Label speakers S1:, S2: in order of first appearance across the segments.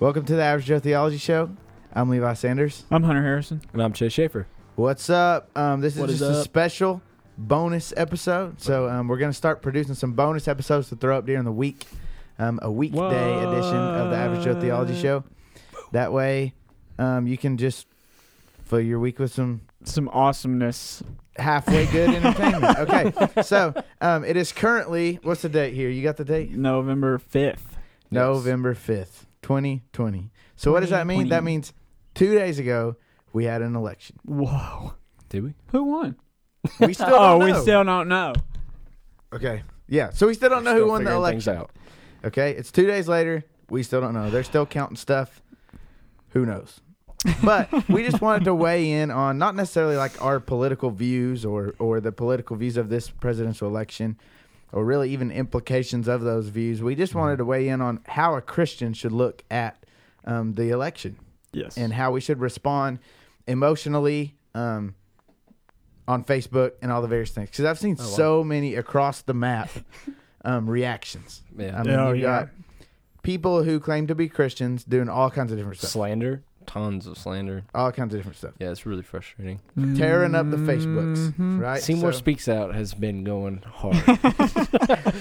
S1: Welcome to the Average Joe Theology Show. I'm Levi Sanders.
S2: I'm Hunter Harrison.
S3: And I'm Chase Schaefer.
S1: What's up? Um, this is
S3: What
S1: just
S3: is
S1: a
S3: up?
S1: special bonus episode. So um, we're going to start producing some bonus episodes to throw up during the week, um, a weekday edition of the Average Joe Theology
S2: What?
S1: Show. That way, um, you can just fill your week with some
S2: Some awesomeness.
S1: halfway good entertainment. Okay, so um, it is currently what's the date here? You got the date?
S2: November 5th.
S1: November fifth, twenty twenty. So what does that mean?
S2: 2020.
S1: That means two days ago we had an election.
S2: Whoa.
S3: Did we?
S2: Who won?
S1: We still
S2: Oh,
S1: don't
S2: we
S1: know.
S2: still don't know.
S1: Okay. Yeah. So we still don't know
S3: Still
S1: who won the
S3: figuring things
S1: election.
S3: out.
S1: Okay. It's two days later. We still don't know. They're still counting stuff. Who knows? But we just wanted to weigh in on not necessarily like our political views or or the political views of this presidential election or really even implications of those views. We just wanted to weigh in on how a Christian should look at um, the election
S2: Yes.
S1: and how we should respond emotionally um, on Facebook and all the various things. Because I've seen
S3: Oh, wow.
S1: so many across the map um, reactions.
S3: Yeah.
S1: I mean,
S2: Oh,
S1: you've
S2: yeah.
S1: got people who claim to be Christians doing all kinds of different stuff.
S3: slander. Tons of slander.
S1: all kinds of different stuff.
S3: Yeah, it's really frustrating.
S1: Tearing up the Facebooks, right?
S3: Mm-hmm. Seymour
S1: So-
S3: Speaks Out has been going hard.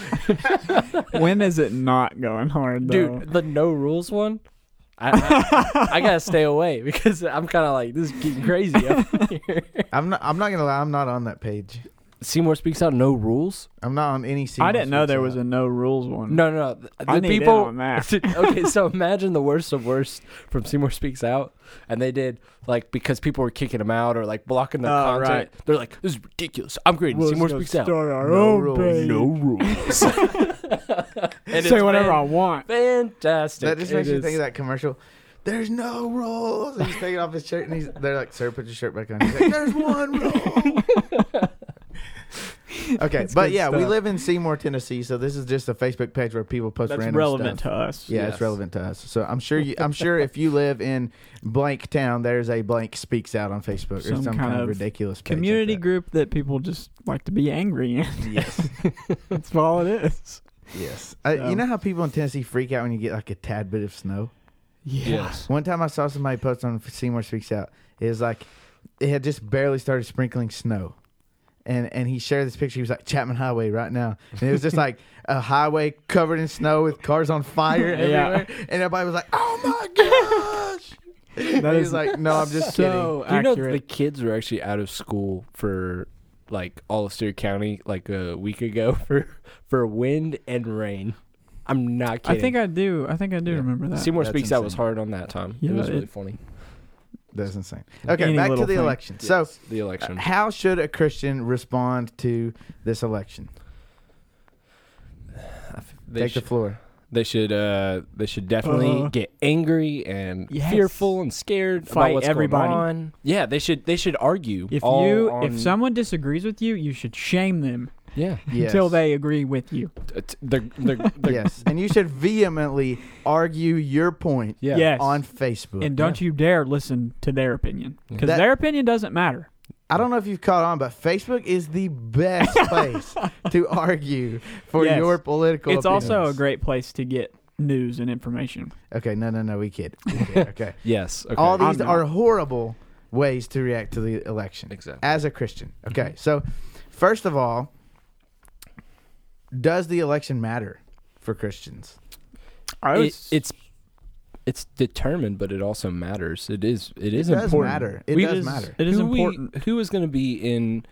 S2: when is it not going hard, though?
S3: Dude, the no rules one? I, I, I gotta stay away because I'm kind of like, this is getting crazy up here.
S1: I'm not. I'm not gonna lie. I'm not on that page.
S3: Seymour Speaks Out, no rules?
S1: I'm not on any.
S2: I didn't know there was a
S1: a.
S2: no rules one.
S3: No, no. The,
S2: Um, I
S3: the
S2: need in
S3: people.
S2: on that.
S3: okay, so imagine the worst of worst from Seymour Speaks Out, and they did like because people were kicking him out or like blocking their
S2: Oh,
S3: content.
S2: right.
S3: They're like, "This is ridiculous." I'm grading
S2: We'll
S3: Seymour
S2: just
S3: Speaks Out.
S2: start our
S1: No
S2: own
S1: rules.
S2: page.
S3: No rules. and
S2: Say
S3: it's
S2: whatever I
S3: fan-
S2: want.
S3: Fantastic.
S1: That just
S3: It
S1: makes me
S3: is-
S1: think of that commercial. There's no rules. And he's taking off his shirt and he's they're like, sir, put your shirt back on. He's like, There's one rule. okay, but
S2: good
S1: yeah, we
S2: stuff.
S1: live in Seymour, Tennessee, so this is just a Facebook page where people post
S2: That's
S1: random
S2: relevant
S1: stuff.
S2: to us.
S1: yeah,
S3: Yes.
S1: it's relevant to us. So I'm sure you, I'm sure if you live in blank town, there's a blank speaks out on Facebook or
S2: Some
S1: some
S2: kind
S1: kind
S2: of
S1: ridiculous page like
S2: Community
S1: that.
S2: group that people just like to be angry in.
S1: Yes,
S2: That's all it is.
S1: yes. Uh, you
S2: Um,
S1: know how people in Tennessee freak out when you get like a tad bit of snow.
S3: Yes.
S1: One time I saw somebody post on Seymour Speaks Out. It was like it had just barely started sprinkling snow. And and he shared this picture. He was like Chapman Highway right now. And it was just like a highway covered in snow with cars on fire
S2: Yeah.
S1: everywhere. And everybody was like, Oh my gosh.
S2: That
S1: That is
S2: is
S1: like, No, I'm just kidding.
S2: so
S3: Do you know that
S2: accurate.
S3: the kids were actually out of school for like all of Steer County like a week ago for for wind and rain? I'm not kidding.
S2: I think I do. I think I do
S3: Yeah.
S2: remember that.
S3: Seymour
S1: That's
S3: Speaks Out was
S1: insane.
S3: hard on that time.
S2: Yeah,
S3: it was
S2: it-
S3: really funny.
S1: That's insane. Okay,
S2: Any
S1: back to
S2: little
S1: the
S2: thing.
S1: election. So uh,
S3: Yes, the election.
S1: how should a Christian respond to this election?
S3: They,
S2: Ah,
S1: Take
S3: sh-
S1: the floor.
S3: they should uh they should definitely
S2: Uh,
S3: get angry and
S2: Yes.
S3: fearful and scared
S2: Fight
S3: about what's
S2: everybody.
S3: going on. Yeah, they should they should argue.
S2: If
S3: all
S2: you,
S3: on-
S2: if someone disagrees with you, you should shame them
S3: yeah,
S1: Yes.
S2: until they agree with you.
S3: It's- they're, they're, they're,
S1: Yes. And you should vehemently argue your point
S3: yeah,
S2: Yes.
S1: on Facebook.
S2: and don't you dare listen to their opinion because
S1: That-
S2: their opinion doesn't matter.
S1: I don't know if you've caught on, but Facebook is the best place to argue for
S2: Yes.
S1: your political.
S2: It's also a
S1: opinions.
S2: great place to get news and information.
S1: Okay, no, no, no, we kid. We kid. Okay,
S3: yes. Okay.
S1: all these
S2: I'm not.
S1: are horrible ways to react to the election
S3: exactly. Mm-hmm.
S1: as a Christian. Okay, so first of all, does the election matter for Christians?
S2: I
S3: It- it's it's determined, but it also matters. It is it is
S1: it does
S3: important.
S1: matter. It
S3: We-
S1: does
S2: is-
S1: matter.
S2: It is
S3: who we-
S2: important.
S3: who is going to be in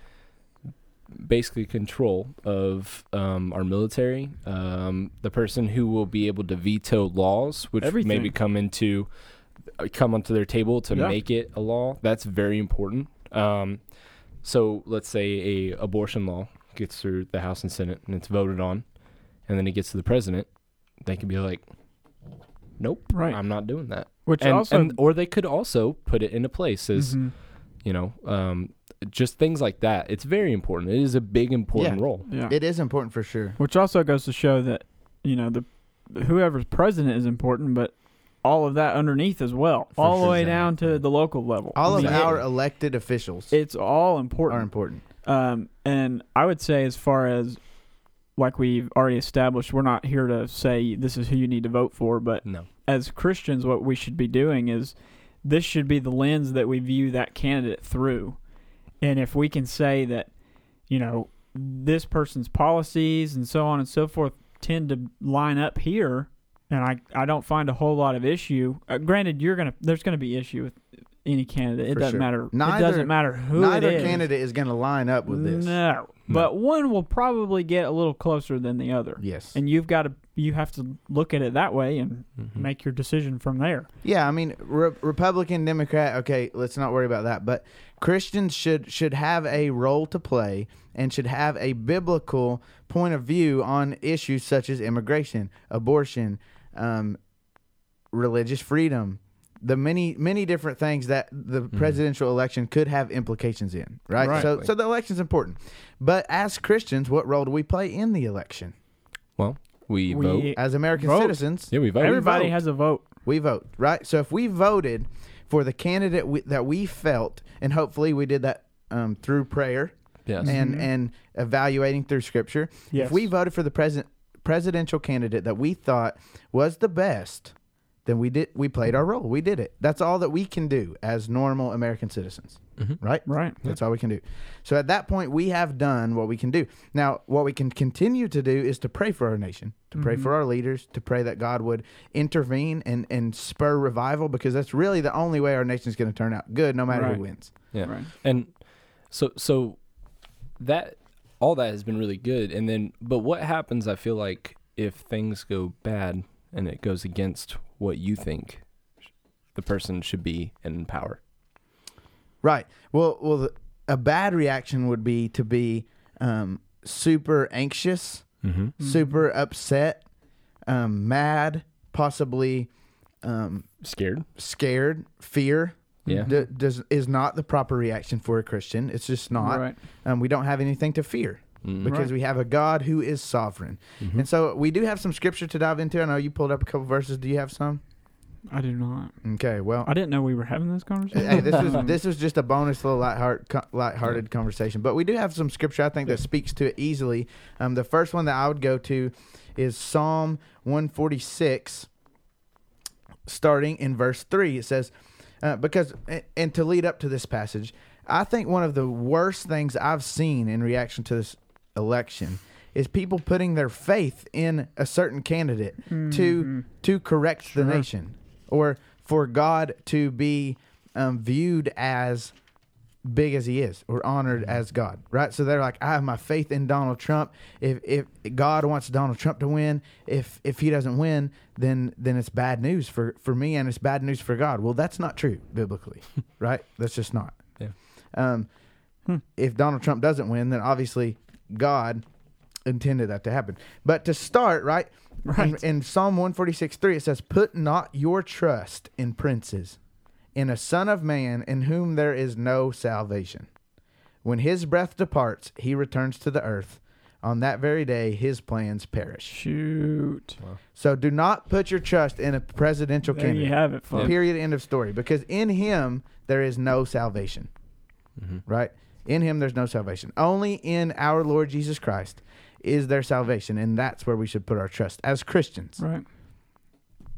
S3: basically control of um, our military? Um, the person who will be able to veto laws, which maybe
S2: Everything.
S3: come into uh, come onto their table to
S2: Yeah.
S3: make it a law. That's very important. Um, so let's say a abortion law gets through the House and Senate and it's voted on, and then it gets to the president. They could be like, "Nope,
S2: Right.
S3: I'm not doing that."
S2: Which
S3: And,
S2: also
S3: and- or they could also put it into place as
S2: Mhm.
S3: you know, um, just things like that. It's very important. It is a big important
S1: Yeah.
S3: role.
S2: Yeah.
S1: It is important for sure.
S2: Which also goes to show that, you know, the whoever's president is important, but all of that underneath as well,
S1: For
S2: all the
S1: sure.
S2: way down to the local level.
S1: All
S2: I
S1: of
S2: mean,
S1: our elected officials
S2: it's all important.
S1: are important.
S2: Um, and I would say, as far as like we've already established, we're not here to say this is who you need to vote for, but
S3: No.
S2: as Christians, what we should be doing is this should be the lens that we view that candidate through. And if we can say that, you know, this person's policies and so on and so forth tend to line up here, and I, I don't find a whole lot of issue. Uh, granted, you're gonna there's gonna be issue with any candidate. It
S1: For
S2: doesn't
S1: sure.
S2: matter.
S1: Neither-
S2: it doesn't matter who
S1: Neither
S2: it is.
S1: candidate is going to line up with this.
S2: No, but one will probably get a little closer than the other,
S1: Yes.
S2: and you've got to you have to look at it that way and
S3: Mhm.
S2: make your decision from there.
S1: Yeah, I mean re- Republican, Democrat. Okay, let's not worry about that. But Christians should should have a role to play and should have a biblical point of view on issues such as immigration, abortion, um, religious freedom, the many many different things that the presidential election could have implications in. Right.
S3: Right.
S1: So so the election's important. But as Christians, what role do we play in the election?
S3: Well, we,
S2: We-
S3: vote.
S1: As American
S2: Vote.
S1: citizens,
S3: Yeah, we vote.
S2: Everybody
S1: vote.
S2: has a vote.
S1: we vote, right? So if we voted for the candidate we, that we felt, and hopefully we did that um, through prayer
S3: yes.
S1: and and evaluating through Scripture.
S2: Yes.
S1: If we voted for the president presidential candidate that we thought was the best, then we did we played our role. We did it. That's all that we can do as normal American citizens, right?
S2: Right.
S1: That's all we can do. So at that point, we have done what we can do. Now, what we can continue to do is to pray for our nation, to pray for our leaders, to pray that God would intervene and, and spur revival because that's really the only way our nation's going to turn out good, no matter
S2: Right.
S1: who wins.
S3: Yeah.
S2: Right.
S3: And so so that all that has been really good and then but what happens I feel like if things go bad and it goes against what you think the person should be in power.
S1: Right. Well, well, the, a bad reaction would be to be um, super anxious,
S3: Mhm.
S1: super upset, um, mad, possibly um,
S3: Scared?
S1: scared, fear.
S3: Yeah.
S1: d- does is not the proper reaction for a Christian. It's just not.
S2: Right.
S1: Um, we don't have anything to fear
S3: Mm.
S1: because
S2: Right.
S1: we have a God who is sovereign. And so we do have some scripture to dive into. I know you pulled up a couple verses. Do you have some?
S2: I do not.
S1: Okay. Well,
S2: I didn't know we were having this conversation.
S1: hey, this is this is just a bonus little light heart, co- lighthearted conversation, but we do have some scripture I think that speaks to it easily. Um, the first one that I would go to is Psalm one forty six, starting in verse three. It says, uh, "Because a- and to lead up to this passage, I think one of the worst things I've seen in reaction to this election." Is people putting their faith in a certain candidate to to correct
S2: Sure.
S1: the nation, or for God to be um, viewed as big as he is or honored as God, right? So they're like, I have my faith in Donald Trump. If if God wants Donald Trump to win, if if he doesn't win, then then it's bad news for for me and it's bad news for God. Well, that's not true biblically, right? That's just not.
S3: Yeah.
S1: Um, if Donald Trump doesn't win, then obviously God intended that to happen. But to start, right?
S2: Right.
S1: In, in Psalm 146 3, it says, Put not your trust in princes, in a son of man in whom there is no salvation. When his breath departs, he returns to the earth. On that very day, his plans perish.
S2: Shoot.
S1: So do not put your trust in a presidential
S2: There you
S1: candidate.
S2: have it, folks.
S1: Period. End of story. Because in him there is no salvation. Right? In him there's no salvation. Only in our Lord Jesus Christ is there salvation, and that's where we should put our trust as Christians.
S2: Right.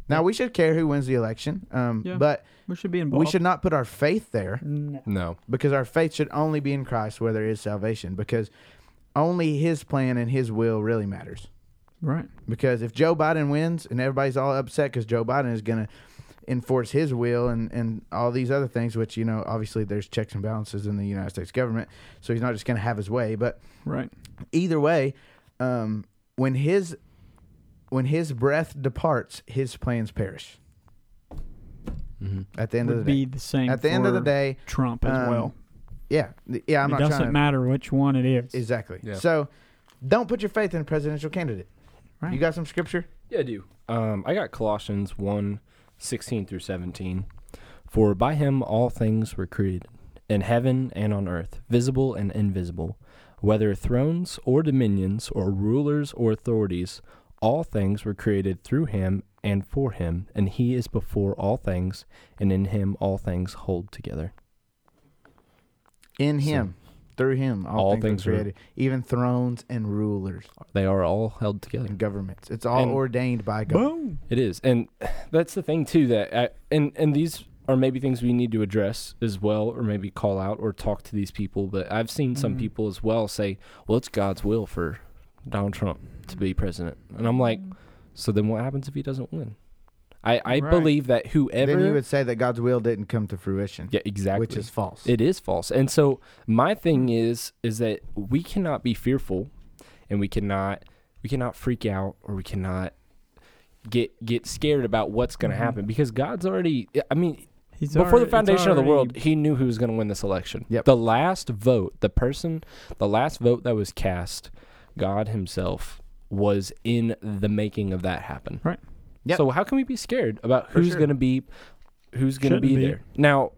S1: Now we should care who wins the election, um,
S2: Yeah.
S1: but
S2: We should be involved.
S1: we should not put our faith there
S2: No.
S3: No.
S1: because our faith should only be in Christ where there is salvation. Because only His plan and His will really matters.
S2: Right.
S1: Because if Joe Biden wins and everybody's all upset because Joe Biden is going to enforce his will and, and all these other things, which, you know, obviously there's checks and balances in the United States government. So he's not just going to have his way. But
S2: Right.
S1: either way, um, when his when his breath departs, his plans perish.
S3: Mm-hmm.
S1: At the end of the
S2: Would
S1: day.
S2: be the same.
S1: At the end of the
S2: for
S1: day,
S2: Trump as
S1: um,
S2: well.
S1: yeah, th- yeah. I'm
S2: it
S1: not
S2: doesn't
S1: trying to,
S2: matter which one it is.
S1: exactly.
S3: Yeah.
S1: So, don't put your faith in a presidential candidate.
S2: Right.
S1: You got some scripture?
S3: Yeah, I do. Um, I got Colossians 1 16 through 17. For by him all things were created, in heaven and on earth, visible and invisible, whether thrones or dominions or rulers or authorities, all things were created through him and for him, and he is before all things, and in him all things hold together.
S1: In
S3: So-
S1: Him, through Him, all,
S3: All
S1: things,
S3: things
S1: were
S3: were-
S1: created, even thrones and rulers
S3: They are all held together.
S1: and governments. It's all
S3: And-
S1: ordained by God.
S2: Boom.
S3: It is, and that's the thing too. That I, and and these are maybe things we need to address as well, or maybe call out or talk to these people. But I've seen some
S1: Mm-hmm.
S2: Mhm.
S3: people as well say, "Well, it's God's will for Donald Trump to be president," and I'm like,
S1: Mm-hmm.
S3: "So then, what happens if he doesn't win?" I I
S2: Right.
S3: believe that whoever,
S1: Then you would say that God's will didn't come to fruition,
S3: yeah, exactly,
S1: which is false.
S3: it is false. And so my thing is is that we cannot be fearful and we cannot we cannot freak out or we cannot get get scared about what's going to
S2: Mhm.
S3: happen because God's already I mean
S2: He's
S3: before
S2: alre-
S3: the
S2: it's
S3: foundation of the
S2: already-
S3: world he knew who was going to win this election.
S1: Yep.
S3: The last vote, the person, the last vote that was cast, God himself was in the making of that happen.
S2: Right.
S1: Yep.
S3: So how can we be scared about
S1: For
S3: who's
S1: sure.
S3: going to be who's going to
S2: Shouldn't
S3: be,
S2: be.
S3: there? Now,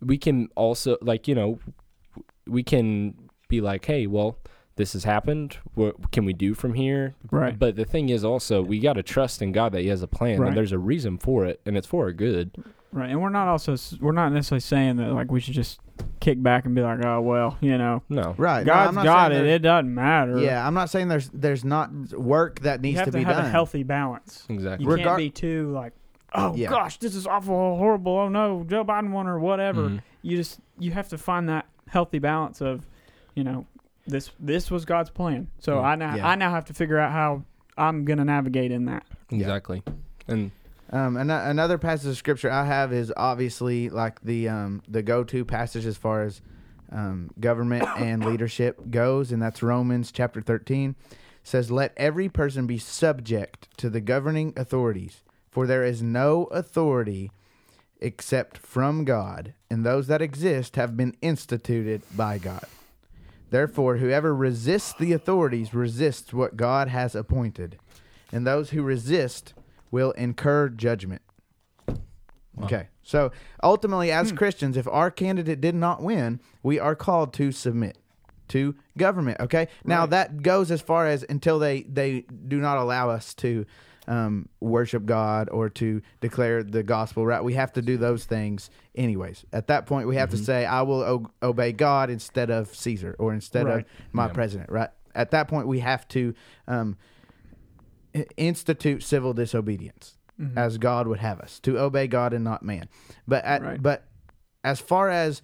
S3: we can also like, you know, we can be like, "Hey, well, this has happened. What can we do from here?"
S2: Right.
S3: But the thing is also, we got to trust in God that he has a plan
S2: Right.
S3: and there's a reason for it and it's for our good.
S2: Right. And we're not also s- we're not necessarily saying that like we should just kick back and be like, oh well, you know,
S3: No.
S1: right. No, I'm
S2: God's
S1: not
S2: got
S1: saying
S2: it.
S1: there's-
S2: It doesn't matter.
S1: Yeah, I'm not saying there's there's not work that
S2: You
S1: needs
S2: have
S1: to
S2: to,
S1: be
S2: have
S1: done.
S2: a healthy balance.
S3: Exactly.
S2: You
S1: Regar-
S2: can't be too like, oh
S1: Yeah.
S2: gosh, this is awful, horrible. Oh no, Joe Biden won or whatever.
S3: Mhm.
S2: You just you have to find that healthy balance of, you know, this this was God's plan. So
S3: Yeah.
S2: I now
S1: Mm, Yeah.
S2: I now have to figure out how I'm gonna navigate in that.
S3: Exactly. And
S1: Um, and another passage of scripture I have is obviously like the um, the go to passage as far as um, government and leadership goes, and that's Romans chapter thirteen. It says, "Let every person be subject to the governing authorities, for there is no authority except from God, and those that exist have been instituted by God." Therefore, whoever resists the authorities resists what God has appointed, and those who resist will incur judgment.
S3: Wow.
S1: Okay. So ultimately, as Christians, if our candidate did not win, we are called to submit to government. Okay. Now
S2: Right.
S1: that goes as far as until they they do not allow us to um, worship God or to declare the gospel. Right. We have to do those things anyways. At that point, we have to say, "I will o- obey God instead of Caesar or instead of
S2: Right.
S1: my
S3: Yeah.
S1: president." Right. At that point, we have to um, i- institute civil disobedience
S2: Mhm.
S1: as God would have us to obey God and not man. But at,
S2: Right.
S1: but as far as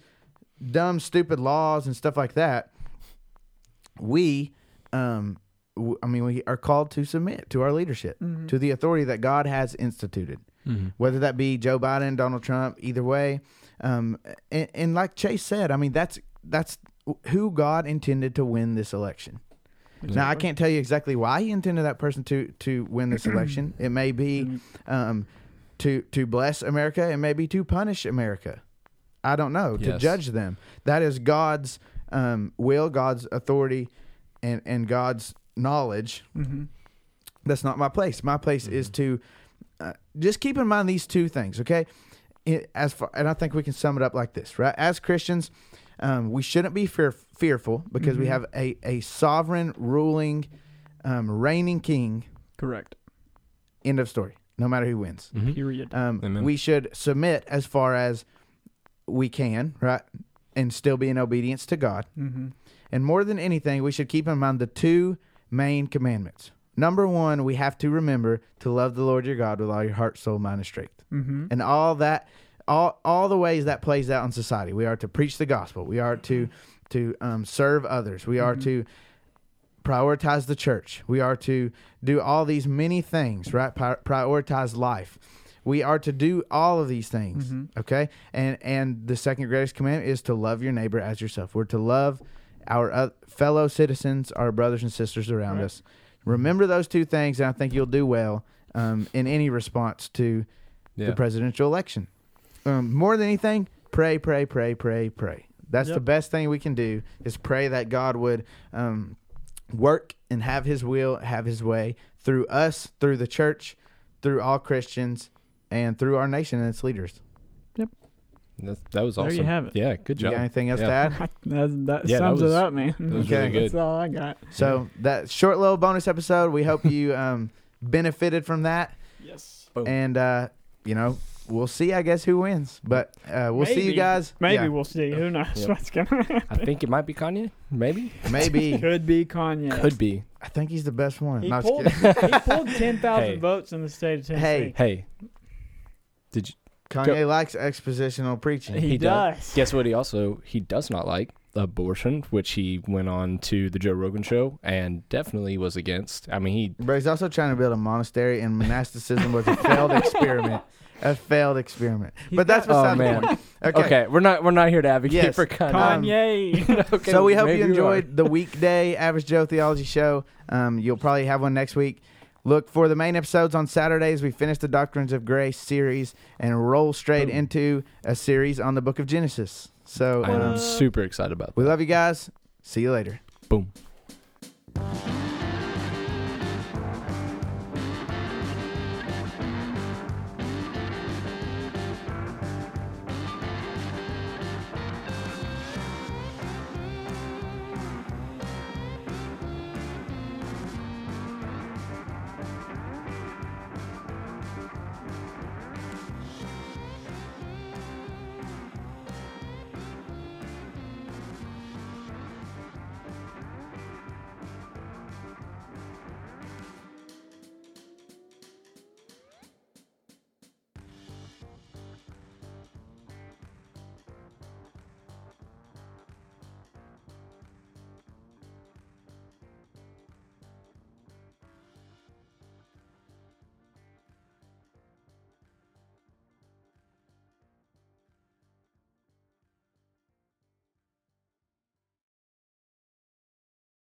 S1: dumb, stupid laws and stuff like that, we, um, w- I mean, we are called to submit to our leadership, to the authority that God has instituted,
S3: Mm-hmm.
S1: whether that be Joe Biden, Donald Trump, either way. Um, and, and like Chase said, I mean, that's that's who God intended to win this election. Now I can't tell you exactly why he intended that person to to win this election. It may be um, to to bless America. It may be to punish America. I don't know to
S3: Yes.
S1: judge them. That is God's um, will, God's authority, and and God's knowledge.
S2: Mhm.
S1: That's not my place. My place is to uh, just keep in mind these two things. Okay, It- as far and I think we can sum it up like this, right? As Christians, um, we shouldn't be fear, fearful because we
S2: Mhm.
S1: have a a sovereign, ruling, um, reigning king.
S2: Correct.
S1: End of story. No matter who wins.
S3: Mhm.
S2: Period.
S1: Um,
S3: Amen.
S1: we should submit as far as we can, right? And still be in obedience to God.
S2: hmm
S1: And more than anything, we should keep in mind the two main commandments. Number one, we have to remember to love the Lord your God with all your heart, soul, mind, and strength.
S2: hmm
S1: And all that, all, all the ways that plays out in society. We are to preach the gospel. We are to, to um, serve others. We are to prioritize the church. We are to do all these many things, right? Pri- prioritize life. We are to do all of these things, okay? And and the second greatest commandment is to love your neighbor as yourself. We're to love our oth- fellow citizens, our brothers and sisters around
S2: Right.
S1: us. Remember those two things, and I think you'll do well um, in any response to
S3: Yeah.
S1: the presidential election. Um, more than anything, pray, pray, pray, pray, pray. That's the
S2: Yep.
S1: best thing we can do is pray that God would um, work and have His will, have His way through us, through the church, through all Christians, and through our nation and its leaders.
S3: That, that was
S2: There
S3: awesome.
S2: you have it.
S3: Yeah, good
S1: You
S3: job.
S1: got anything else to
S3: Yeah.
S1: add?
S2: I, that that
S3: Yeah, that
S2: sums
S3: was-
S2: it up, man.
S3: That was
S1: Okay.
S3: really
S2: That's
S3: good.
S2: all I got.
S1: So that short little bonus episode, we hope you um, benefited from that,
S2: Yes.
S1: and uh, you know we'll see. I guess who wins, but uh, we'll see you
S2: Maybe.
S1: guys.
S2: Maybe
S1: Yeah,
S2: we'll see. Who knows
S3: Yep.
S2: what's gonna happen?
S3: I think it might be Kanye. Maybe.
S1: maybe.
S2: Could be Kanye.
S3: Could be.
S1: I think he's the best one.
S2: He
S1: No, I'm just
S2: pulled,
S1: kidding.
S2: he pulled 10,000
S3: Hey.
S2: votes in the state of Tennessee.
S1: Hey.
S3: Hey, did you
S1: Kanye likes expositional preaching.
S2: he,
S3: He does.
S2: does.
S3: guess what? He also he does not like abortion, which he went on to the Joe Rogan show and definitely was against. I mean, he
S1: But he's also trying to build a monastery, and monasticism was a failed experiment. A failed experiment.
S2: He's
S1: but that's
S2: got-
S1: beside
S3: Oh,
S1: the
S3: man.
S1: point. Okay.
S3: okay. We're not we're not here to advocate
S1: Yes.
S3: for Kanye.
S1: Um,
S2: Kanye.
S3: Okay,
S1: so we hope you
S3: maybe are.
S1: enjoyed the weekday Average Joe Theology Show. Um, you'll probably have one next week. Look for the main episodes on Saturdays. We finish the Doctrines of Grace series and roll straight
S3: Boom.
S1: into a series on the Book of Genesis. So
S3: I am
S1: um,
S3: super excited about that.
S1: we love you guys. See you later.
S3: Boom.